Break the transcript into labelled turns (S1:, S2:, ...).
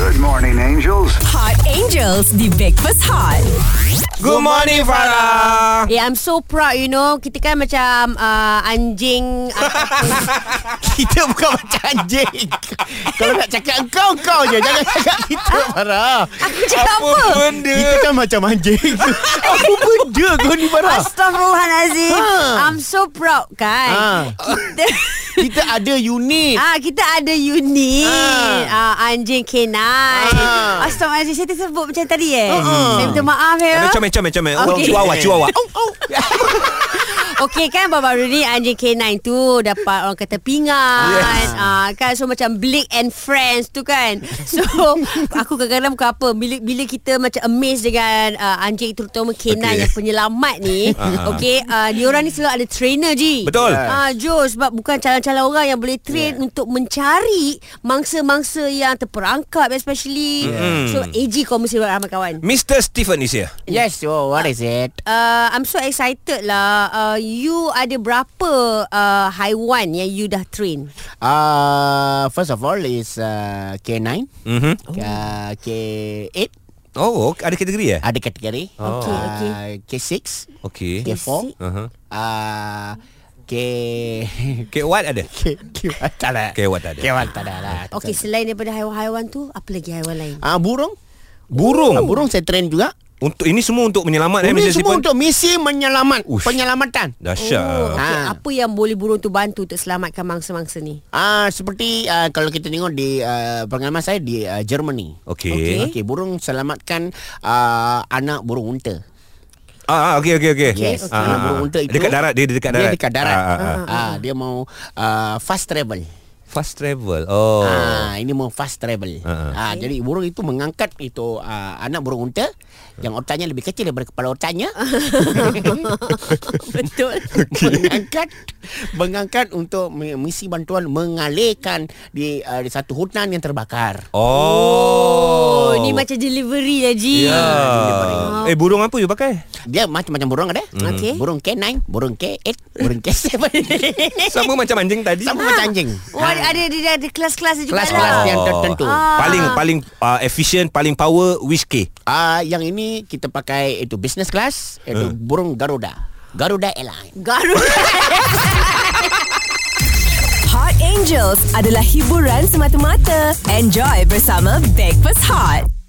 S1: Good morning, angels.
S2: Hot Angels di Breakfast Hot.
S3: Good morning Farah
S4: Eh, I'm so proud, you know. Kita kan macam uh, anjing.
S3: Kita bukan macam anjing Kalau nak cakap engkau Engkau je Jangan cakap kita Farah
S4: Aku cakap apa?
S3: benda Kita kan macam anjing Apa benda kau ni Farah
S4: Astaghfirullahalazim.
S3: Ha.
S4: I'm so proud, kan?
S3: Ha.
S4: Kita...
S3: Kita ada unit
S4: Ah
S2: Ha.
S4: kita ada unit
S3: Ah.
S4: ah. anjing canine.
S3: Ah.
S2: Ha.
S4: Ah. Astaghfirullahalazim saya tersebut macam tadi eh.
S3: Mm-mm.
S4: Saya minta maaf
S3: Eh?
S4: ya.
S5: Comel, comel, comel.
S4: Okey.
S5: Orang Chihuahua, Chihuahua.
S4: Okey kan baru-baru ni anjing canine tu dapat orang kata pingan. Yes. Ah kan so macam Blake and Friends tu kan. So aku kadang-kadang bukan apa bila bila kita macam amazed dengan uh, anjing terutama canine
S5: Okey.
S4: okay. yang penyelamat ni. Okey uh, diorang ni selalu ada trainer je.
S5: Betul.
S4: Ah Jo sebab bukan calon-calon orang yang boleh train yeah. untuk mencari mangsa-mangsa yang terperangkap especially. Yeah. So AG kau mesti buat ramai kawan.
S5: Mr. Stephen is here.
S3: Yes so what is it
S4: uh, I'm so excited lah. Uh, you ada berapa uh, haiwan yang you dah train?
S3: uh, First of all is uh, K9
S5: Mm-hmm.
S3: uh, K8
S5: Oh, ok- ada kategori eh?
S3: Ada kategori
S4: Okey,
S3: uh,
S4: okey.
S3: K6
S5: Okey.
S3: K4
S5: Uh-huh.
S3: uh, K
S5: Okay, what ada?
S3: K K tak ada
S5: K what tak ada.
S3: K what tak ada lah
S4: Okay, selain daripada haiwan-haiwan tu, apa lagi haiwan lain?
S3: Ah burung.
S5: Burung.
S3: Ah, burung saya train juga.
S5: Untuk ini semua untuk menyelamat eh,
S3: Ini
S5: Mr.
S3: semua
S5: Stephen.
S3: untuk misi menyelamat,
S5: Ush.
S3: penyelamatan.
S4: Oh,
S5: Dahsyat.
S4: okay.
S3: Ah.
S4: Apa yang boleh burung tu bantu untuk selamatkan mangsa-mangsa ni?
S3: Ah seperti ah, kalau kita tengok di ah, pengalaman saya di ah, Germany.
S5: Okey.
S3: Okey, burung selamatkan ah, anak burung unta.
S5: Ah, ah okey okey okey.
S3: Yes,
S4: okey.
S3: anak burung unta itu.
S5: Ah, Dekat darat dia dia dekat darat.
S3: Dia dekat darat.
S5: Ah,
S3: Ah,
S5: ah, ah.
S3: dia mau ah, fast travel.
S5: Fast travel. Oh.
S3: Ah ini mau fast travel.
S5: Ah, ah.
S3: Ah jadi burung itu mengangkat itu ah, anak burung unta yang otaknya lebih kecil daripada kepala otaknya.
S4: Oh, Betul.
S3: mengangkat mengangkat untuk me- misi bantuan mengalirkan di uh, di satu hutan yang terbakar.
S5: Oh.
S4: Oh, ni macam delivery lah, Ji.
S5: Ya.
S4: Ah.
S5: Eh burung apa you pakai?
S3: Dia macam-macam burung ada.
S4: Mm. Okey.
S3: Burung K9, burung K8, burung K7.
S5: Sama macam anjing tadi.
S3: Sama Ha, macam anjing.
S4: Oh, ada, ada, ada, ada kelas-kelas juga
S3: Kelas-kelas
S4: lah.
S3: yang tertentu.
S4: Ah.
S5: Paling paling uh, efficient, paling power which K?
S3: Ah yang ini kita pakai itu business class, itu burung Garuda. Garuda Airline.
S4: Garuda.
S2: Hot Angels adalah hiburan semata-mata. Enjoy bersama Breakfast Hot.